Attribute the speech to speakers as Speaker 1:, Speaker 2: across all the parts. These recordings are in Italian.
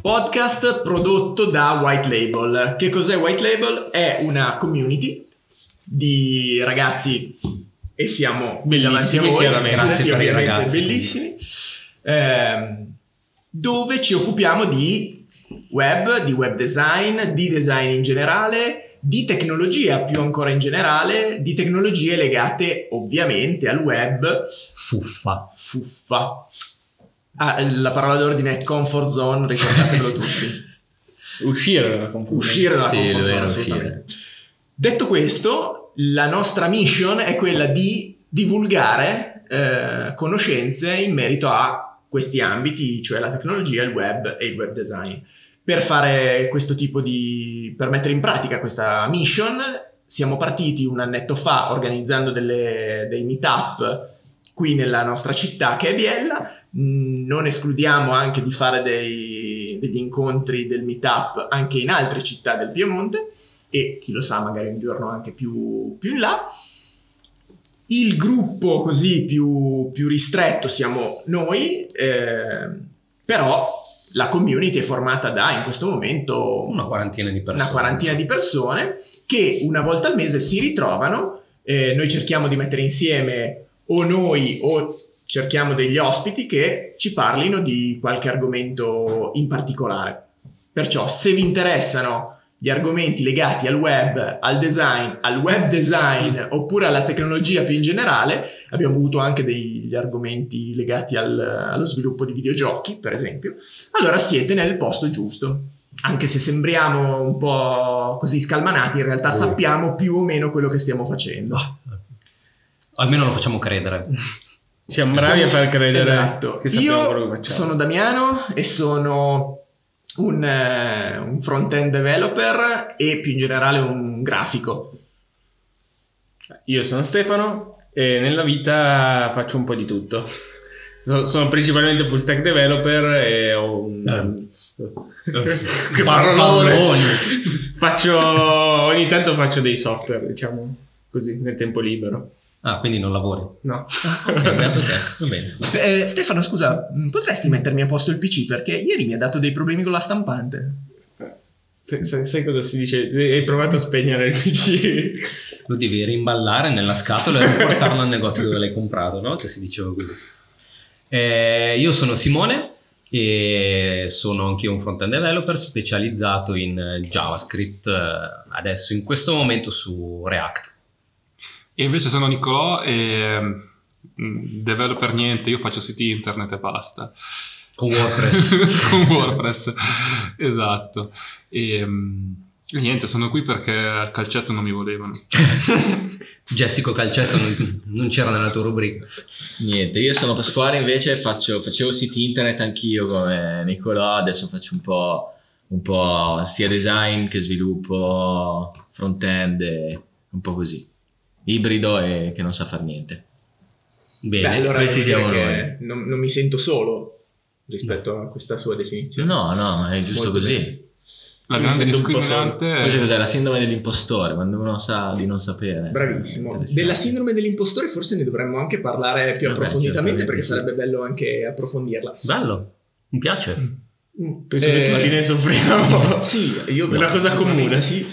Speaker 1: podcast prodotto da White Label. Che cos'è White Label? È una community di ragazzi e siamo davanti a
Speaker 2: Bellissimi,
Speaker 1: voi,
Speaker 2: chiaramente.
Speaker 1: tutti
Speaker 2: Grazie per i
Speaker 1: ovviamente
Speaker 2: ragazzi.
Speaker 1: bellissimi, ehm, dove ci occupiamo di web, di web design, di design in generale, di tecnologia più ancora in generale, di tecnologie legate ovviamente al web,
Speaker 3: Fuffa.
Speaker 1: fuffa. Ah, la parola d'ordine è comfort zone, ricordatelo tutti.
Speaker 2: Uscire dalla computer.
Speaker 1: uscire dalla
Speaker 3: Sì,
Speaker 1: comfort zone
Speaker 3: dovevano
Speaker 1: assolutamente. detto questo la nostra mission è quella di divulgare eh, conoscenze in merito a questi ambiti cioè la tecnologia il web e il web design per fare questo tipo di per mettere in pratica questa mission siamo partiti un annetto fa organizzando delle, dei meetup qui nella nostra città che è Biella. Mm, Non escludiamo anche di fare dei- degli incontri del meetup anche in altre città del Piemonte e chi lo sa magari un giorno anche più, più in là. Il gruppo così più, più ristretto siamo noi, eh, però la community è formata da in questo momento
Speaker 3: Una quarantina di persone.
Speaker 1: una quarantina di persone che una volta al mese si ritrovano. eh, noi cerchiamo di mettere insieme o noi o cerchiamo degli ospiti che ci parlino di qualche argomento in particolare. Perciò, se vi interessano gli argomenti legati al web, al design, al web design oppure alla tecnologia più in generale, abbiamo avuto anche degli argomenti legati al- allo sviluppo di videogiochi, per esempio, allora siete nel posto giusto. Anche se sembriamo un po' così scalmanati, in realtà sappiamo più o meno quello che stiamo facendo.
Speaker 3: Almeno lo facciamo credere.
Speaker 2: Siamo bravi a far credere
Speaker 1: Esatto.
Speaker 2: che sappiamo quello
Speaker 1: Io
Speaker 2: che facciamo.
Speaker 1: sono Damiano e sono un, eh, un front-end developer e più in generale un grafico.
Speaker 2: Io sono Stefano e nella vita faccio un po' di tutto. So- sono principalmente full stack developer e ho
Speaker 4: Eh.
Speaker 2: un... che
Speaker 3: Paroloni.
Speaker 2: faccio... Ogni tanto faccio dei software, diciamo, così, nel tempo libero.
Speaker 3: Ah, quindi non lavori.
Speaker 2: No.
Speaker 3: Ok, beato te. Va bene.
Speaker 1: Eh, Stefano, scusa, mh, potresti mettermi a posto il PC? Perché ieri mi ha dato dei problemi con la stampante.
Speaker 2: Sai- sai- sai cosa si dice? Hai provato a spegnere il PC.
Speaker 3: Lo devi rimballare nella scatola e riportarlo al negozio dove l'hai comprato, no? Che si diceva così. Eh, io sono Simone e sono anch'io un front-end developer specializzato in eh, JavaScript eh, adesso in questo momento su React.
Speaker 4: E invece sono Nicolò e mm, developer niente, io faccio siti internet e basta.
Speaker 3: Con WordPress.
Speaker 4: Con WordPress, esatto. E mm, e niente, sono qui perché al calcetto non mi volevano.
Speaker 3: Jessico Calcetto non, non c'era nella tua rubrica.
Speaker 5: Niente, io sono Pasquale invece, faccio, facevo siti internet anch'io come Nicolò, adesso faccio un po', un po' sia design che sviluppo, front-end, e un po' così. Ibrido e che non sa far niente.
Speaker 3: Bene.
Speaker 1: Beh, allora
Speaker 5: questi
Speaker 1: devo dire
Speaker 5: siamo
Speaker 1: che non, non mi sento solo rispetto a questa sua definizione.
Speaker 5: No, no, ma è giusto
Speaker 1: Molto
Speaker 5: così.
Speaker 1: bene.
Speaker 4: La
Speaker 2: Mi
Speaker 4: grande
Speaker 2: sento un po'
Speaker 4: discriminante
Speaker 1: Eh.
Speaker 4: è...
Speaker 5: Questa cos'è la sindrome dell'impostore, quando uno sa di non sapere.
Speaker 1: Bravissimo.
Speaker 5: Interessante.
Speaker 1: Della sindrome dell'impostore forse ne dovremmo anche parlare più
Speaker 5: Vabbè,
Speaker 1: approfonditamente
Speaker 5: certamente
Speaker 1: perché
Speaker 5: sì.
Speaker 1: sarebbe bello anche approfondirla.
Speaker 3: Bello. Mi piace.
Speaker 1: Mm.
Speaker 2: Penso
Speaker 1: Eh,
Speaker 2: che tutti ne soffriamo.
Speaker 1: Sì, io
Speaker 2: Una cosa
Speaker 1: sicuramente
Speaker 2: comune.
Speaker 1: Sì.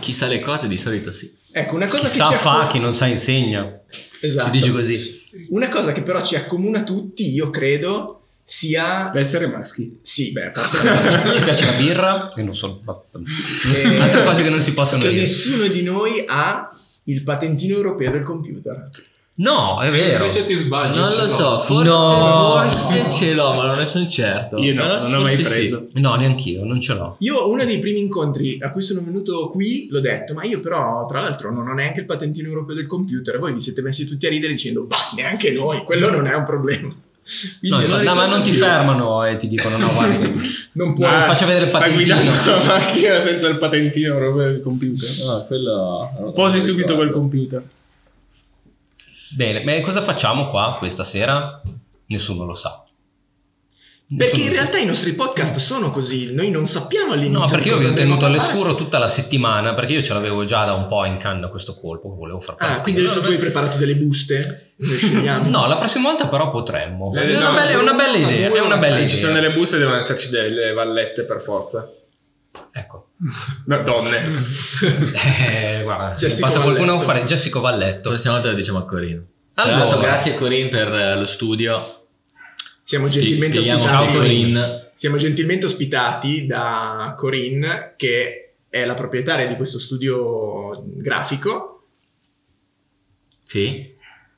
Speaker 5: Chi sa le cose di solito sì.
Speaker 1: Ecco, una cosa
Speaker 3: Chi sa
Speaker 1: che ci
Speaker 3: fa,
Speaker 1: accom-
Speaker 3: chi non sa insegna.
Speaker 1: Esatto.
Speaker 3: Si dice così.
Speaker 1: Una cosa che però ci accomuna tutti, io credo, sia
Speaker 2: Essere maschi.
Speaker 1: sì, beh, a parte-
Speaker 3: Ci piace la birra, che non so, ma-
Speaker 1: Eh,
Speaker 3: altre cose che non si possono
Speaker 1: che
Speaker 3: dire.
Speaker 1: nessuno di noi ha il patentino europeo del computer.
Speaker 3: No, è vero.
Speaker 4: Invece ti sbagli.
Speaker 5: Non
Speaker 4: ce
Speaker 5: lo
Speaker 4: l'ho.
Speaker 5: so, forse,
Speaker 3: No.
Speaker 5: forse ce l'ho, ma non ne sono certo.
Speaker 2: Io no,
Speaker 5: Però
Speaker 2: non l'ho mai
Speaker 5: forse sì.
Speaker 2: preso.
Speaker 3: No, neanch'io, non ce l'ho.
Speaker 1: Io uno dei primi incontri a cui sono venuto qui l'ho detto, ma io però tra l'altro non ho neanche il patentino europeo del computer e voi vi siete messi tutti a ridere dicendo, bah, neanche noi, quello non è un problema.
Speaker 3: No,
Speaker 1: Quindi
Speaker 3: no,
Speaker 1: non
Speaker 3: no, ma non ti
Speaker 1: ricordo
Speaker 3: fermano e ti dicono no, guarda che...
Speaker 1: più. Non puoi.
Speaker 3: Ah, faccia vedere il
Speaker 2: sta
Speaker 3: patentino.
Speaker 2: guidando la macchina senza il patentino proprio del computer.
Speaker 5: No, quello...
Speaker 2: Posi subito
Speaker 5: quel
Speaker 2: quel computer.
Speaker 3: Bene, beh, cosa facciamo qua questa sera? Nessuno lo sa.
Speaker 1: Perché in
Speaker 3: Sono-
Speaker 1: realtà i nostri podcast sono così, noi non sappiamo all'inizio.
Speaker 3: No, perché
Speaker 1: di
Speaker 3: io vi
Speaker 1: cosa
Speaker 3: ho tenuto
Speaker 1: andremo a parlare.
Speaker 3: all'escuro tutta la settimana, perché io ce l'avevo già da un po' in canna questo colpo che volevo far
Speaker 1: Ah,
Speaker 3: partire.
Speaker 1: quindi adesso tu hai preparato delle buste? Noi scegliamo.
Speaker 3: No, la prossima volta però potremmo.
Speaker 1: La-
Speaker 3: È una
Speaker 1: no,
Speaker 3: bella, è una bella
Speaker 1: no,
Speaker 3: idea,
Speaker 1: due,
Speaker 3: è una
Speaker 1: una-
Speaker 3: bella
Speaker 1: sì,
Speaker 3: idea.
Speaker 2: Eh, Ci sono delle buste, devono esserci delle vallette per forza.
Speaker 3: Ecco.
Speaker 2: No, donne.
Speaker 3: Eh, guarda, se
Speaker 1: Jessico
Speaker 3: passa qualcuno a
Speaker 1: Valletto.
Speaker 3: fare Jessico Valletto.
Speaker 5: Prossima volta lo diciamo a Corin. Allora,
Speaker 3: Allora,
Speaker 5: grazie Corin per eh, lo studio.
Speaker 1: Siamo gentilmente
Speaker 5: Spieghiamo
Speaker 1: ospitati.
Speaker 5: ciao Corin.
Speaker 1: Siamo gentilmente ospitati da Corinne, che è la proprietaria di questo studio grafico.
Speaker 5: Sì?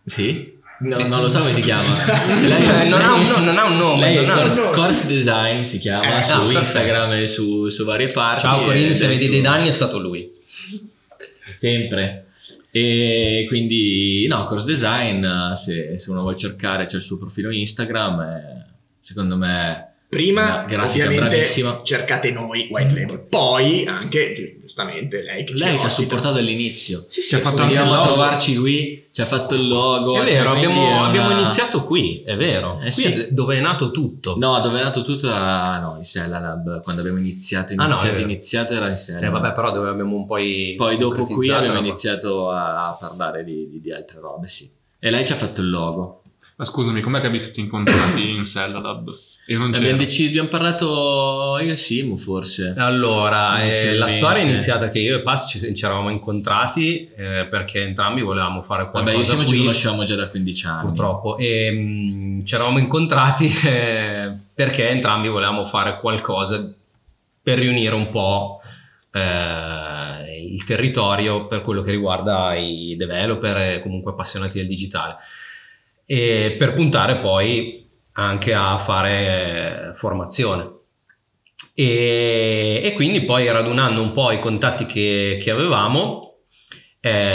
Speaker 5: Sì?
Speaker 1: No.
Speaker 5: Sì, non lo so come si chiama.
Speaker 3: Eh, non, ha un, no- non ha un nome.
Speaker 5: Lei è
Speaker 3: non ha un-
Speaker 5: Course,
Speaker 1: nome.
Speaker 5: Ah, Course Design si chiama
Speaker 1: Eh,
Speaker 5: su
Speaker 3: ah, perfetto.
Speaker 5: Instagram e su, su varie parti.
Speaker 3: Ciao Corinne,
Speaker 5: e-
Speaker 3: se
Speaker 5: e
Speaker 3: vedi
Speaker 5: su-
Speaker 3: dei danni è stato lui.
Speaker 5: Sempre. E quindi, no, Course Design, eh, se, se uno vuole cercare, c'è il suo profilo Instagram. eh, secondo me...
Speaker 1: Prima,
Speaker 5: Una grafica
Speaker 1: ovviamente,
Speaker 5: bravissima.
Speaker 1: cercate noi, White Label. Poi, anche, gi- giustamente, lei che
Speaker 5: Lei ci ha
Speaker 1: ospita.
Speaker 5: supportato all'inizio.
Speaker 1: Sì, sì,
Speaker 4: Ci ha fatto anche il
Speaker 5: Veniamo a
Speaker 4: logo.
Speaker 5: trovarci qui, ci ha fatto il logo.
Speaker 3: È
Speaker 5: cioè,
Speaker 3: vero,
Speaker 5: quindi
Speaker 3: abbiamo,
Speaker 5: è una-
Speaker 3: abbiamo iniziato qui, è vero.
Speaker 5: Eh,
Speaker 3: Qui
Speaker 5: sì.
Speaker 3: è dove è nato tutto.
Speaker 5: No, dove è nato tutto era no, in Sella Lab. Quando abbiamo iniziato,
Speaker 3: Ah, no,
Speaker 5: iniziato,
Speaker 3: è vero.
Speaker 5: iniziato era in Sella
Speaker 3: Eh,
Speaker 5: Lab.
Speaker 3: vabbè, però dove abbiamo un po' i-
Speaker 5: Poi dopo qui
Speaker 3: concretizzato
Speaker 5: abbiamo
Speaker 3: la-
Speaker 5: iniziato a, a parlare di, di- di altre robe, sì. E lei ci ha fatto il logo.
Speaker 4: Ma scusami, com'è che vi siete incontrati in Sella Lab? Io
Speaker 3: Certo.
Speaker 4: non c'ero.
Speaker 5: Abbiamo, deciso, abbiamo parlato io e Simu forse.
Speaker 3: Allora, eh,
Speaker 5: Inizialmente.
Speaker 3: la storia è iniziata che io e Pass ci, ci eravamo incontrati eh, perché entrambi volevamo fare qualcosa
Speaker 5: Vabbè, io e Simu ci
Speaker 3: qui.
Speaker 5: conoscevamo già da 15 anni.
Speaker 3: purtroppo e mm, ci eravamo incontrati eh, perché entrambi volevamo fare qualcosa per riunire un po' eh, il territorio per quello che riguarda i developer e comunque appassionati del digitale e per puntare poi anche a fare eh, formazione e, e quindi poi radunando un po' i contatti che, che avevamo,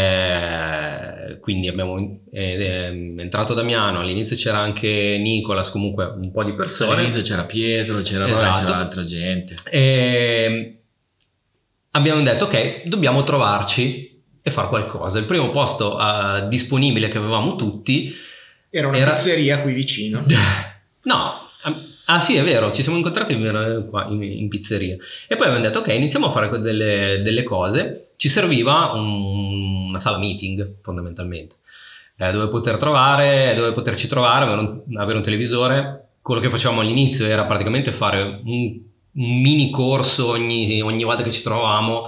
Speaker 3: eh, quindi abbiamo eh, ehm, entrato Damiano, all'inizio c'era anche Nicolas, comunque un po' di persone.
Speaker 5: All'inizio c'era Pietro, c'era, vabbè,
Speaker 3: Esatto.
Speaker 5: c'era altra gente.
Speaker 3: E Ehm, abbiamo detto ok, dobbiamo trovarci e fare qualcosa. Il primo posto eh, disponibile che avevamo tutti
Speaker 1: Era una
Speaker 3: Era-
Speaker 1: pizzeria qui vicino.
Speaker 3: No, ah sì, è vero, ci siamo incontrati eh, qua in, in pizzeria e poi abbiamo detto ok, iniziamo a fare delle, delle cose. Ci serviva un- una sala meeting fondamentalmente, eh, dove poter trovare, dove poterci trovare, avere un, avere un televisore. Quello che facevamo all'inizio era praticamente fare un, un mini corso ogni, ogni volta che ci trovavamo,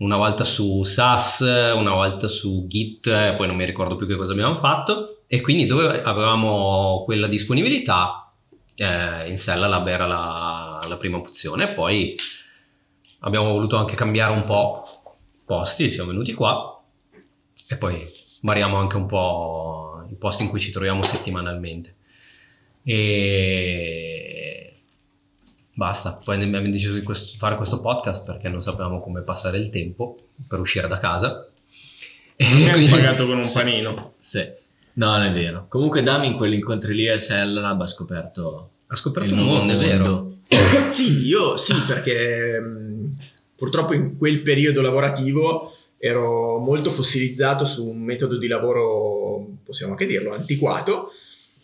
Speaker 3: una volta su SAS, una volta su Git, eh, poi non mi ricordo più che cosa abbiamo fatto. E quindi dove avevamo quella disponibilità, eh, in Sella Lab era la, la prima opzione. Poi abbiamo voluto anche cambiare un po' posti, siamo venuti qua e poi variamo anche un po' i posti in cui ci troviamo settimanalmente. E basta, poi abbiamo deciso di quest- fare questo podcast perché non sapevamo come passare il tempo per uscire da casa. E
Speaker 2: Mi ha
Speaker 3: quindi-
Speaker 2: spagato con un
Speaker 5: Sì.
Speaker 2: panino.
Speaker 5: Sì. No, non è vero. Comunque Dami in quell'incontri lì a Sella Lab ha scoperto
Speaker 3: ha scoperto
Speaker 5: il
Speaker 3: un
Speaker 5: nuovo
Speaker 3: mondo, è vero.
Speaker 5: mondo.
Speaker 1: Sì, io sì, perché mh, purtroppo in quel periodo lavorativo ero molto fossilizzato su un metodo di lavoro, possiamo anche dirlo, antiquato.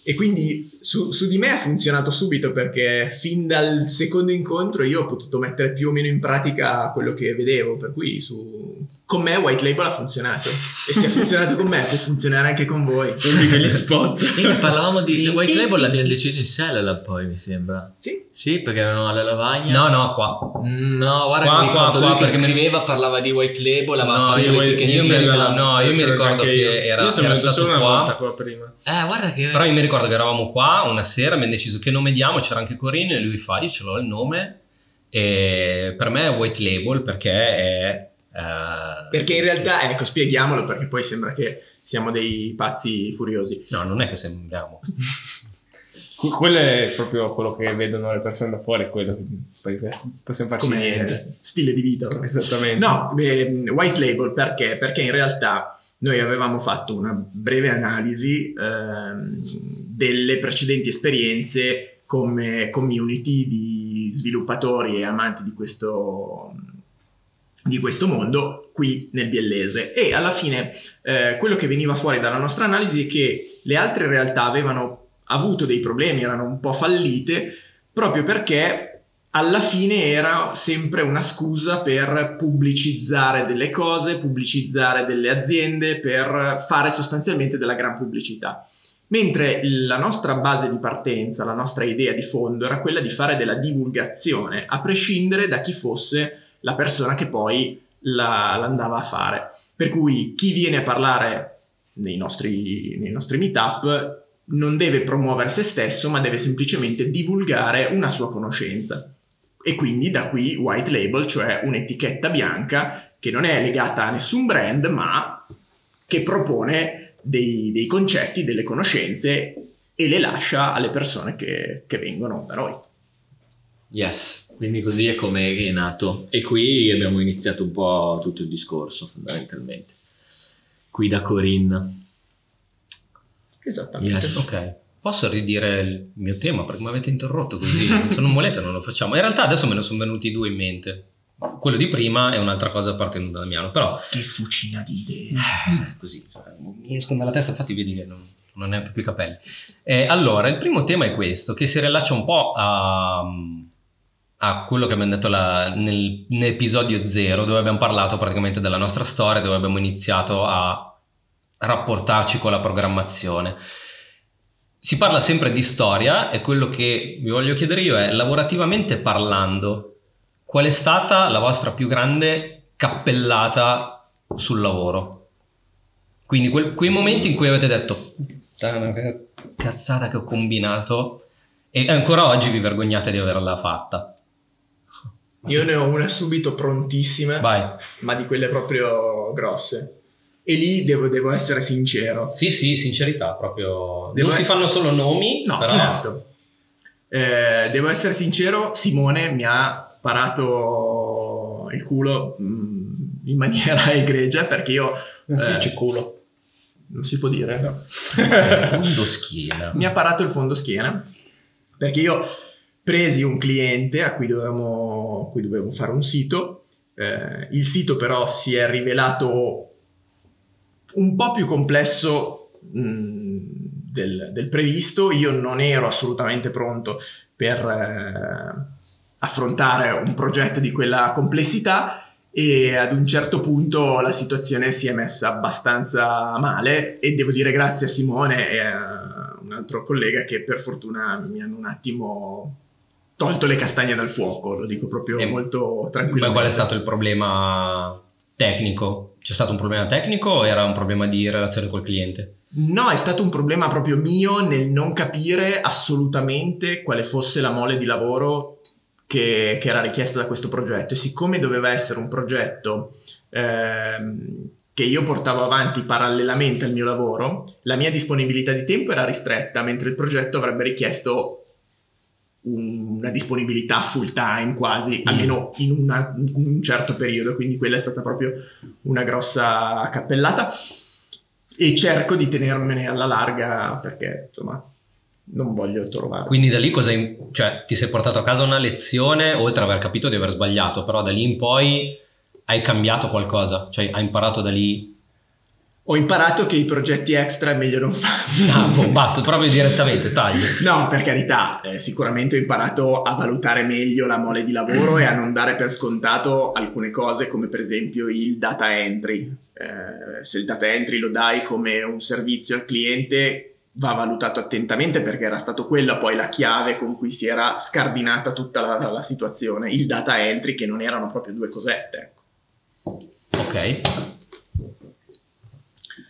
Speaker 1: E quindi su, su di me ha funzionato subito perché fin dal secondo incontro io ho potuto mettere più o meno in pratica quello che vedevo, per cui su- con me White Label ha funzionato e se ha funzionato con me può funzionare anche con voi.
Speaker 2: Non dico gli spot.
Speaker 5: E parlavamo di White Label, l'abbiamo deciso in Sella Lab poi, mi sembra.
Speaker 1: Sì,
Speaker 5: Sì, perché avevamo la lavagna.
Speaker 3: No, no, qua.
Speaker 5: Mm, No, guarda,
Speaker 3: Qua,
Speaker 5: mi ricordo
Speaker 3: qua,
Speaker 5: lui
Speaker 3: qua,
Speaker 5: che
Speaker 3: perché mi-
Speaker 5: scriveva, parlava di White Label, cioè, aveva
Speaker 3: No,
Speaker 5: fatto
Speaker 3: io-
Speaker 5: le etichette
Speaker 3: io mi-
Speaker 5: insieme.
Speaker 3: no, no. io mi
Speaker 2: C'ero
Speaker 3: ricordo
Speaker 2: anche
Speaker 3: che era-
Speaker 2: Io sono
Speaker 3: era
Speaker 2: venuto
Speaker 3: stato
Speaker 2: solo una
Speaker 3: qua.
Speaker 2: volta qua prima.
Speaker 5: Eh, guarda che...
Speaker 3: Però io mi ricordo che eravamo qua una sera, abbiamo deciso che nome diamo, c'era anche Corinne e lui fa, io ce l'ho il nome, e per me è White Label perché è... eh,
Speaker 1: perché in realtà, ecco, spieghiamolo perché poi sembra che siamo dei pazzi furiosi.
Speaker 3: No, non è che sembriamo.
Speaker 2: Que- Quello è proprio quello che vedono le persone da fuori, quello che poi eh, possiamo farci niente.
Speaker 1: come stile di vita. proprio.
Speaker 2: Esattamente.
Speaker 1: No, ehm, white label perché? Perché in realtà noi avevamo fatto una breve analisi ehm, delle precedenti esperienze come community di sviluppatori e amanti di questo, di questo mondo qui nel biellese e alla fine eh, quello che veniva fuori dalla nostra analisi è che le altre realtà avevano avuto dei problemi, erano un po' fallite proprio perché alla fine era sempre una scusa per pubblicizzare delle cose, pubblicizzare delle aziende, per fare sostanzialmente della gran pubblicità. Mentre la nostra base di partenza, la nostra idea di fondo era quella di fare della divulgazione, a prescindere da chi fosse la persona che poi la, l'andava a fare. Per cui chi viene a parlare nei nostri, nei nostri meetup non deve promuovere se stesso, ma deve semplicemente divulgare una sua conoscenza. E quindi da qui white label, cioè un'etichetta bianca che non è legata a nessun brand, ma che propone dei, dei concetti, delle conoscenze e le lascia alle persone che, che vengono da noi.
Speaker 5: Yes, quindi così è come è nato. E qui abbiamo iniziato un po' tutto il discorso, fondamentalmente. Qui da Corinne.
Speaker 1: Esattamente.
Speaker 5: Yes.
Speaker 3: Ok. Posso ridire il mio tema perché mi avete interrotto così? Sono un moleto, non lo facciamo. In realtà adesso me ne sono venuti due in mente. Quello di prima è un'altra cosa partendo da Damiano, però
Speaker 1: Che fucina di idee.
Speaker 3: eh, così cioè, mi escono dalla testa, infatti vedi che non, non ho neanche più i capelli. Eh, allora, il primo tema è questo, che si rilaccia un po' a, a quello che abbiamo detto la- nel- nell'episodio 0, dove abbiamo parlato praticamente della nostra storia, dove abbiamo iniziato a rapportarci con la programmazione. Si parla sempre di storia e quello che vi voglio chiedere io è, lavorativamente parlando, qual è stata la vostra più grande cappellata sul lavoro? Quindi quel- quei momenti in cui avete detto, puttana che cazzata che ho combinato e ancora oggi vi vergognate di averla fatta.
Speaker 1: Io ne ho una subito prontissima,
Speaker 3: Vai.
Speaker 1: ma di quelle proprio grosse. E lì devo, devo essere sincero.
Speaker 3: Sì, sì, sincerità, proprio...
Speaker 1: Devo-
Speaker 3: non si fanno solo nomi,
Speaker 1: No,
Speaker 3: però...
Speaker 1: certo. Eh, devo essere sincero, Simone mi ha parato il culo mh, in maniera egregia perché io...
Speaker 2: Non si
Speaker 1: eh,
Speaker 2: dice culo.
Speaker 1: Non si può dire, no?
Speaker 3: Eh, fondo schiena.
Speaker 1: mi ha parato il fondo schiena perché io presi un cliente a cui dovevamo- a cui dovevo fare un sito eh, il sito però si è rivelato un po' più complesso mh, del, del previsto io non ero assolutamente pronto per eh, affrontare un progetto di quella complessità e ad un certo punto la situazione si è messa abbastanza male e devo dire grazie a Simone e a un altro collega che per fortuna mi hanno un attimo tolto le castagne dal fuoco, lo dico proprio
Speaker 3: Eh,
Speaker 1: molto
Speaker 3: Ma
Speaker 1: tranquillamente.
Speaker 3: qual è stato il problema tecnico? C'è stato un problema tecnico o era un problema di relazione col cliente?
Speaker 1: No, è stato un problema proprio mio nel non capire assolutamente quale fosse la mole di lavoro che, che era richiesta da questo progetto. E siccome doveva essere un progetto ehm, che io portavo avanti parallelamente al mio lavoro, la mia disponibilità di tempo era ristretta, mentre il progetto avrebbe richiesto un- una disponibilità full time quasi, almeno in, una- in un certo periodo. Quindi quella è stata proprio una grossa cappellata e cerco di tenermene alla larga perché insomma non voglio trovare
Speaker 3: Quindi da lì cosa, cioè, ti sei portato a casa una lezione, oltre ad aver capito di aver sbagliato, però da lì in poi hai cambiato qualcosa, cioè hai imparato da lì,
Speaker 1: ho imparato che i progetti extra è meglio non farli
Speaker 3: ah, boh, basta, proprio direttamente, taglio.
Speaker 1: No, per carità, eh, sicuramente ho imparato a valutare meglio la mole di lavoro e a non dare per scontato alcune cose come per esempio il data entry. Eh, se il data entry lo dai come un servizio al cliente va valutato attentamente perché era stato quella poi la chiave con cui si era scardinata tutta la, la situazione, il data entry che non erano proprio due cosette. ecco.
Speaker 3: Ok.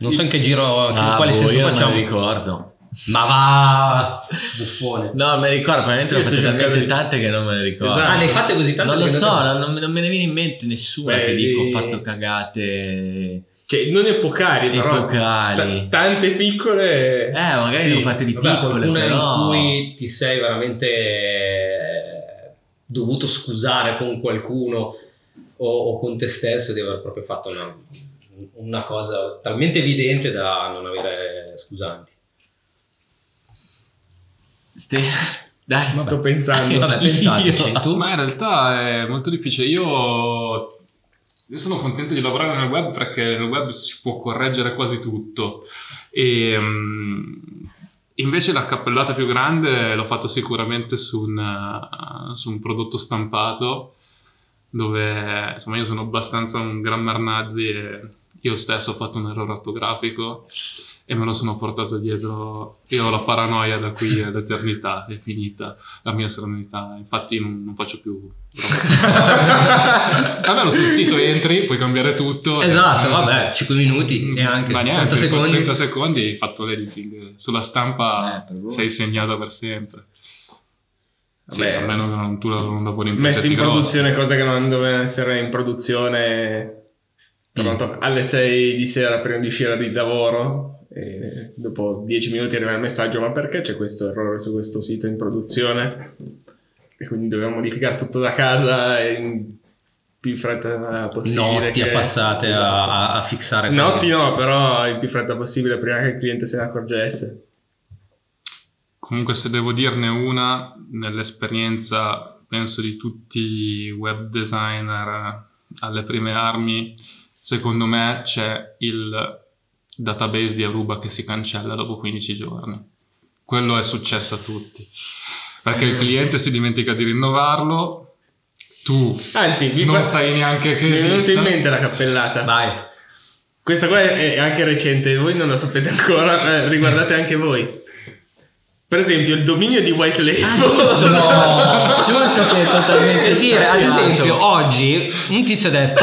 Speaker 3: Non so in che giro, in
Speaker 5: Ah,
Speaker 3: quale
Speaker 5: boh,
Speaker 3: senso
Speaker 5: io non
Speaker 3: facciamo.
Speaker 5: me lo ricordo.
Speaker 3: Ma va! Buffone.
Speaker 5: No, me ne ricordo, veramente ne ho
Speaker 2: Io sto
Speaker 5: fatte talmente
Speaker 2: cercando di-
Speaker 5: tante che non me ne ricordo.
Speaker 2: Esatto.
Speaker 3: Ah, ne hai fatte così tante?
Speaker 5: Non lo
Speaker 3: che
Speaker 5: so,
Speaker 3: non-
Speaker 5: non, non me- non me ne viene in mente nessuna che
Speaker 2: Quelli-
Speaker 5: dico ho fatto cagate
Speaker 2: Cioè, non epocali, però.
Speaker 5: epocali.
Speaker 2: ta- tante piccole.
Speaker 5: eh, magari
Speaker 2: Sì,
Speaker 5: ne ho fatte di
Speaker 3: Vabbè,
Speaker 5: piccole,
Speaker 3: qualcuna
Speaker 5: però...
Speaker 3: in cui ti sei veramente eh, dovuto scusare con qualcuno o, o con te stesso di aver proprio fatto una, una cosa talmente evidente da non avere scusanti.
Speaker 5: Ste- Dai,
Speaker 2: Sto pensando.
Speaker 3: Vabbè, pensateci. Tu?
Speaker 4: Ah, Ma in realtà è molto difficile. Io, io sono contento di lavorare nel web perché nel web si può correggere quasi tutto. E, mm, e Invece la cappellata più grande l'ho fatta sicuramente su un, eh, su un prodotto stampato dove insomma io sono abbastanza un gran marnazzi e io stesso ho fatto un errore ortografico e me lo sono portato dietro. Io ho la paranoia da qui all'eternità, è finita la mia serenità, infatti non, non faccio più... Almeno sul sito entri, puoi cambiare tutto.
Speaker 3: Esatto,
Speaker 4: Eh,
Speaker 3: vabbè, 5 minuti e anche
Speaker 4: ma
Speaker 3: 30
Speaker 4: neanche,
Speaker 3: secondi.
Speaker 4: 30 secondi hai fatto l'editing sulla
Speaker 5: Eh,
Speaker 4: stampa
Speaker 5: per voi.
Speaker 4: sei segnato per sempre sì,
Speaker 2: Vabbè.
Speaker 4: almeno che non, tu non lavori in
Speaker 2: Messi in
Speaker 4: progetti grossi.
Speaker 2: produzione cose che non dovevano essere in produzione
Speaker 4: Mm.
Speaker 2: pronto, alle 6 di sera prima di uscire di lavoro. E dopo 10 minuti arriva il messaggio: Ma perché c'è questo errore su questo sito in produzione? E quindi dobbiamo modificare tutto da casa e in più in fretta possibile.
Speaker 3: Notti
Speaker 2: che-
Speaker 3: passate a-
Speaker 2: Esatto.
Speaker 3: a, a fissare cose.
Speaker 2: Notti no, però in più fretta possibile prima che il cliente se ne accorgesse.
Speaker 4: comunque se devo dirne una nell'esperienza penso di tutti i web designer eh, alle prime armi secondo me c'è il database di Aruba che si cancella dopo 15 giorni quello è successo a tutti perché
Speaker 3: Eh,
Speaker 4: il cliente si dimentica di rinnovarlo tu
Speaker 2: Anzi, vi
Speaker 4: non
Speaker 2: pa-
Speaker 4: sai neanche che
Speaker 2: mi è venuta
Speaker 4: esiste
Speaker 2: in mente la cappellata.
Speaker 3: Vai.
Speaker 2: Questa qua è è anche recente, voi non la sapete ancora, eh, riguardate anche voi. Per esempio, il dominio di White Label.
Speaker 3: Ah,
Speaker 5: No, giusto che è totalmente
Speaker 3: Per dire, ad
Speaker 5: sbagliato.
Speaker 3: esempio, oggi un tizio ha detto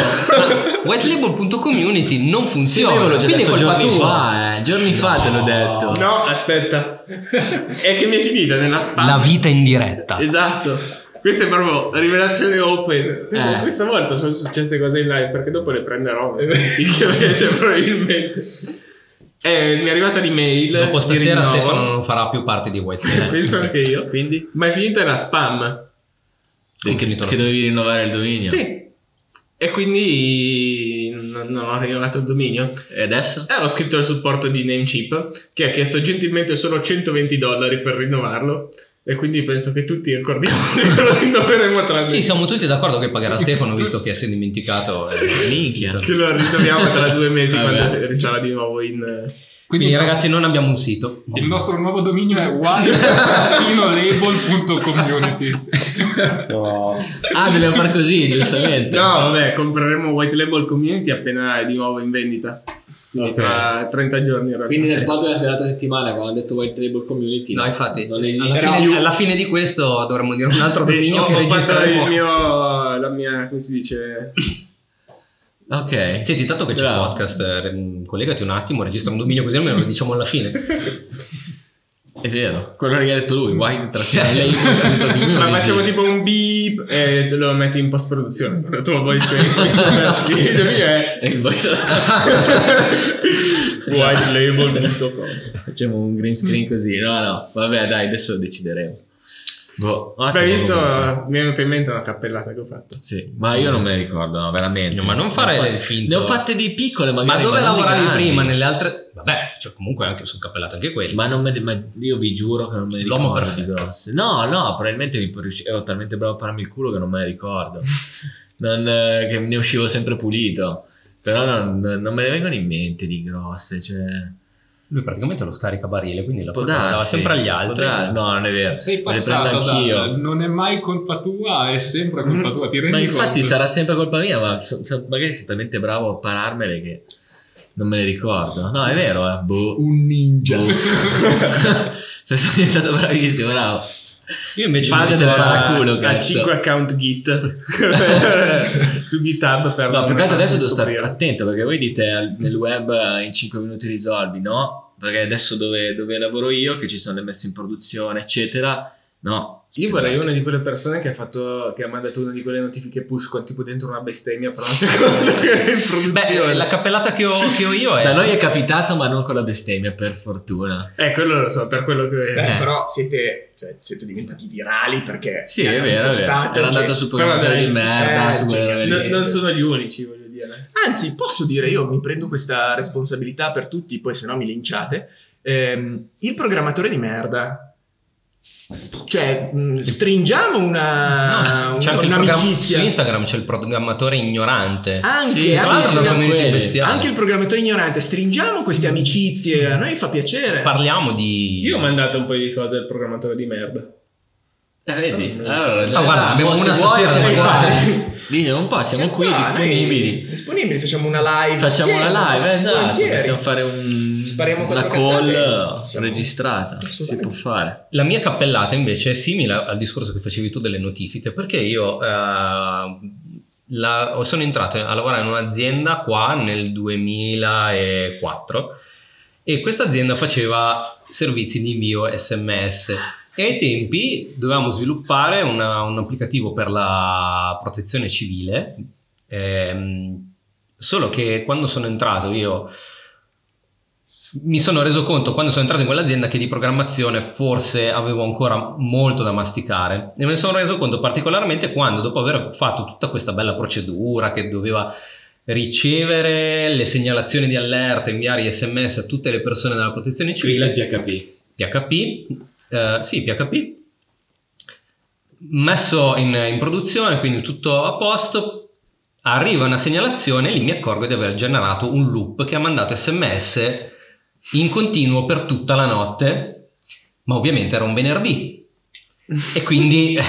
Speaker 3: whitelabel.community non
Speaker 5: Sì, ma
Speaker 3: funziona.
Speaker 5: io ve l'ho già
Speaker 3: quindi è
Speaker 5: detto
Speaker 3: colpa
Speaker 5: giorni
Speaker 3: tua.
Speaker 5: fa, eh. Giorni fa te l'ho detto.
Speaker 2: No, aspetta. è che mi è finita nella spalla.
Speaker 3: La vita in diretta.
Speaker 2: Esatto. Questa è proprio rivelazione open. Questa,
Speaker 5: Eh.
Speaker 2: questa volta sono successe cose in live perché dopo le prenderò. Chiaramente, probabilmente. Eh, mi è arrivata l'email.
Speaker 3: Dopo
Speaker 2: di
Speaker 3: stasera
Speaker 2: rinnovo.
Speaker 3: Stefano non farà più parte di whitelabel.
Speaker 2: Penso anche io, quindi. Ma è finita nella spam.
Speaker 5: Che, che dovevi rinnovare il dominio.
Speaker 2: Sì. E quindi non, non ho rinnovato il dominio.
Speaker 5: E adesso?
Speaker 2: Eh, ho scritto il supporto di Namecheap che ha chiesto gentilmente solo 120 dollari per rinnovarlo. E quindi penso che tutti accordiamo che lo rinnoveremo tra due,
Speaker 3: Sì, siamo tutti d'accordo che pagherà Stefano visto che si è dimenticato. eh.
Speaker 5: Minchia.
Speaker 2: che lo rinnoviamo tra due mesi
Speaker 5: Vabbè.
Speaker 2: quando risarà di nuovo in. eh,
Speaker 3: Quindi,
Speaker 4: il
Speaker 3: ragazzi, non abbiamo un sito.
Speaker 4: nostro- il nostro nuovo dominio è white-label.community
Speaker 5: Ah, dobbiamo far così, giustamente.
Speaker 2: No, vabbè, compreremo White Label Community appena è di nuovo in vendita. Quindi
Speaker 6: Ok.
Speaker 2: Tra 30 giorni. in realtà. Eh,
Speaker 6: Quindi nel podcast dell'altra settimana, quando hanno detto White Label Community,
Speaker 3: No, infatti,
Speaker 6: non esiste
Speaker 3: alla, fine,
Speaker 6: più.
Speaker 3: alla fine di questo dovremmo dire un altro
Speaker 2: Beh,
Speaker 3: dominio
Speaker 2: ho-
Speaker 3: che
Speaker 2: ho fatto
Speaker 3: registreremo.
Speaker 2: il mio, la mia, come si dice,
Speaker 5: Ok.
Speaker 3: Senti, tanto che c'è il
Speaker 5: Bravo.
Speaker 3: podcast, eh, re- collegati un attimo, registra un dominio così almeno lo diciamo alla fine.
Speaker 5: È vero. Quello che ha detto lui, white
Speaker 2: Ma facciamo tipo un beep e lo metti in post produzione con la tua voce. Il dominio è whitelabel.com.
Speaker 5: Facciamo un green screen così. No, no. Vabbè, dai, adesso decideremo. Boh, ottimo.
Speaker 2: Beh, hai visto, mi è venuta in mente una cappellata che ho fatto.
Speaker 5: Sì, ma io non me ne ricordo, no, veramente.
Speaker 3: No, ma non fare
Speaker 5: Ne ho fa-
Speaker 3: il finto.
Speaker 5: Ne ho fatte di piccole,
Speaker 3: Ma
Speaker 5: magari.
Speaker 3: dove
Speaker 5: non di
Speaker 3: lavoravi
Speaker 5: grandi.
Speaker 3: prima? Nelle altre... Vabbè, cioè, comunque anche sul cappellato anche quelli.
Speaker 5: Ma, non me ne- ma io vi giuro che non me ne
Speaker 3: L'uomo
Speaker 5: ricordo
Speaker 3: perfetto.
Speaker 5: di grosse. No, no, probabilmente mi riusci- ero talmente bravo a pararmi il culo che non me ne ricordo. Non, eh, che ne uscivo sempre pulito. Però non, non me ne vengono in mente di grosse. Cioè,
Speaker 3: Lui praticamente lo scarica barile, quindi la
Speaker 5: può
Speaker 3: portava
Speaker 5: darsi,
Speaker 3: sempre agli
Speaker 5: può
Speaker 3: altri.
Speaker 5: dar- no, non è vero.
Speaker 4: Sei
Speaker 5: Me le prendo
Speaker 4: passato Mm. da
Speaker 5: anch'io.
Speaker 4: non è mai colpa tua, è sempre colpa tua. Ti rendi
Speaker 5: Ma infatti
Speaker 4: conto?
Speaker 5: sarà sempre colpa mia, ma so- so- magari sono talmente bravo a pararmele che non me ne ricordo. No, è vero, eh. Boh.
Speaker 1: Un ninja.
Speaker 5: Boh. sono diventato bravissimo, bravo.
Speaker 3: Io invece
Speaker 5: Passo
Speaker 3: sono
Speaker 5: del
Speaker 3: stato-
Speaker 5: paraculo,
Speaker 2: a
Speaker 5: cazzo.
Speaker 2: 5 account Git su GitHub per
Speaker 5: No, più che altro adesso devo stare
Speaker 2: scoprire.
Speaker 5: attento perché voi dite al- nel web eh, in 5 minuti risolvi, no? Perché adesso dove, dove lavoro io, che ci sono le messe in produzione, eccetera, no.
Speaker 2: Io vorrei una di quelle persone che ha fatto che ha mandato una di quelle notifiche push con tipo dentro una bestemmia però non si accorge che era in produzione.
Speaker 3: Beh, la cappellata che ho, che ho io è...
Speaker 5: Da noi è capitata, ma non con la bestemmia, per fortuna.
Speaker 2: Eh, quello lo so, per quello che
Speaker 1: Beh,
Speaker 5: Eh.
Speaker 1: però siete, cioè, siete diventati virali perché
Speaker 5: Sì, è
Speaker 1: hanno
Speaker 5: vero, è vero.
Speaker 1: impostato,
Speaker 5: Era
Speaker 1: cioè-
Speaker 5: andato su
Speaker 2: però
Speaker 5: quella
Speaker 2: dai,
Speaker 5: di merda,
Speaker 1: eh,
Speaker 5: su
Speaker 1: cioè,
Speaker 5: quella
Speaker 2: No-
Speaker 5: lì.
Speaker 2: non sono gli unici, voglio dire.
Speaker 1: Anzi, posso dire, io mi prendo questa responsabilità per tutti, poi se no mi linciate. Ehm, il programmatore di merda. Cioè, mh, stringiamo una, una-
Speaker 3: c'è anche il programma- su
Speaker 1: Ah, un'amicizia.
Speaker 3: Instagram c'è il programmatore ignorante.
Speaker 1: Anche, anche
Speaker 5: Sì, sì,
Speaker 1: il
Speaker 5: sì,
Speaker 1: programma-
Speaker 5: sì, Mm.
Speaker 3: community
Speaker 5: quelli.
Speaker 3: bestiale.
Speaker 1: anche il programmatore ignorante, stringiamo queste amicizie, a noi fa piacere.
Speaker 3: Parliamo di...
Speaker 2: Io ho mandato un paio di cose al programmatore di merda.
Speaker 5: Eh, vedi?
Speaker 2: Mm.
Speaker 5: Allora,
Speaker 3: Ah, guarda,
Speaker 5: dai,
Speaker 3: abbiamo
Speaker 5: se
Speaker 3: una
Speaker 5: vuoi,
Speaker 1: Eh,
Speaker 3: stasera
Speaker 5: siamo
Speaker 3: da guardare.
Speaker 5: qua. Dice un po', siamo qui
Speaker 1: qua, eh. noi-
Speaker 5: disponibili.
Speaker 1: disponibili, facciamo una live.
Speaker 5: Facciamo
Speaker 1: insieme,
Speaker 5: una live, esatto.
Speaker 1: volentieri.
Speaker 5: Possiamo fare un,
Speaker 1: Spariamo
Speaker 5: una
Speaker 1: quattro
Speaker 5: call
Speaker 1: cazzate. Siamo-
Speaker 5: registrata. Si
Speaker 1: Assolutamente.
Speaker 5: può fare.
Speaker 3: La mia cappellata invece è simile al discorso che facevi tu delle notifiche, perché io eh, la- sono entrato a lavorare in un'azienda qua nel 2004 e questa azienda faceva servizi di invio SMS e ai tempi dovevamo sviluppare una- un applicativo per la protezione civile, ehm, solo che quando sono entrato io mi sono reso conto quando sono entrato in quell'azienda che di programmazione forse avevo ancora molto da masticare e me ne sono reso conto particolarmente quando dopo aver fatto tutta questa bella procedura che doveva ricevere le segnalazioni di allerta, inviare gli sms a tutte le persone della protezione
Speaker 6: Scrivi
Speaker 3: civile,
Speaker 6: PHP.
Speaker 3: PHP, eh, sì, PHP, messo in, in produzione, quindi tutto a posto, arriva una segnalazione e lì mi accorgo di aver generato un loop che ha mandato sms in continuo per tutta la notte, ma ovviamente era un venerdì e quindi eh,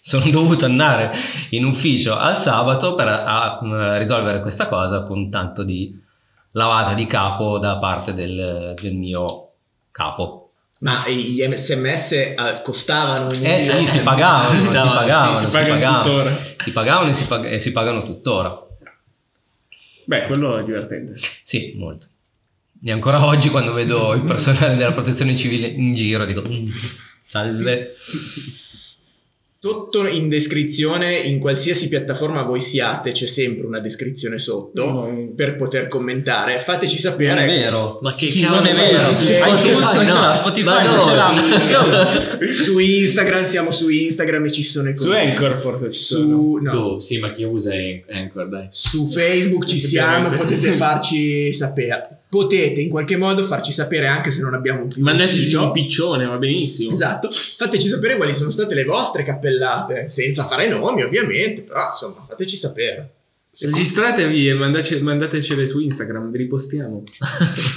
Speaker 3: sono dovuto andare in ufficio al sabato per a- a risolvere questa cosa con tanto di lavata di capo da parte del- del mio capo.
Speaker 1: Ma gli sms eh, costavano ogni
Speaker 3: Eh sì, si pagavano, si
Speaker 5: Stavano,
Speaker 3: pagavano,
Speaker 2: si
Speaker 3: si
Speaker 2: pagano
Speaker 3: pagavano,
Speaker 2: tuttora.
Speaker 3: si pagavano e si, pag- e si pagano tuttora.
Speaker 2: Beh, quello è divertente.
Speaker 3: Sì, molto. E ancora oggi quando vedo il personale della protezione civile in giro dico, "Mm, salve.
Speaker 1: Sotto in descrizione, in qualsiasi piattaforma voi siate, c'è sempre una descrizione sotto
Speaker 2: No.
Speaker 1: per poter commentare. Fateci
Speaker 3: Non è
Speaker 1: sapere
Speaker 3: vero.
Speaker 5: Ma che
Speaker 3: Sì,
Speaker 5: cavolo
Speaker 3: non è vero.
Speaker 1: Sì,
Speaker 3: Spotify,
Speaker 5: Spotify
Speaker 3: non
Speaker 5: no.
Speaker 3: ce l'ha, Spotify
Speaker 5: Ma
Speaker 3: non
Speaker 5: no,
Speaker 3: ce l'ha.
Speaker 1: su Instagram, siamo su Instagram e ci sono i
Speaker 2: Su
Speaker 1: commenti.
Speaker 2: Anchor forse ci sono.
Speaker 1: Su, no,
Speaker 6: Tu, sì, ma chi usa An- Anchor, dai.
Speaker 1: su Facebook ci siamo, potete farci sapere. Potete in qualche modo farci sapere anche se non abbiamo più un
Speaker 2: Mandateci
Speaker 1: sito.
Speaker 2: un piccione, va benissimo.
Speaker 1: Esatto, fateci sapere quali sono state le vostre cappellate, senza fare nomi ovviamente, però insomma fateci sapere.
Speaker 2: Registratevi e mandace- mandatecele su Instagram, vi ripostiamo.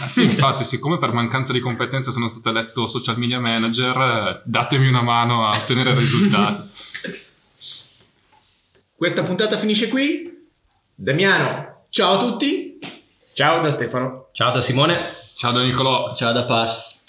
Speaker 4: Ah, sì, infatti, siccome per mancanza di competenze sono stato eletto social media manager, eh, datemi una mano a ottenere risultati.
Speaker 1: Questa puntata finisce qui. Damiano, ciao a tutti.
Speaker 2: Ciao da Stefano.
Speaker 3: Ciao da Simone.
Speaker 4: Ciao da Nicolò.
Speaker 5: Ciao da Pass.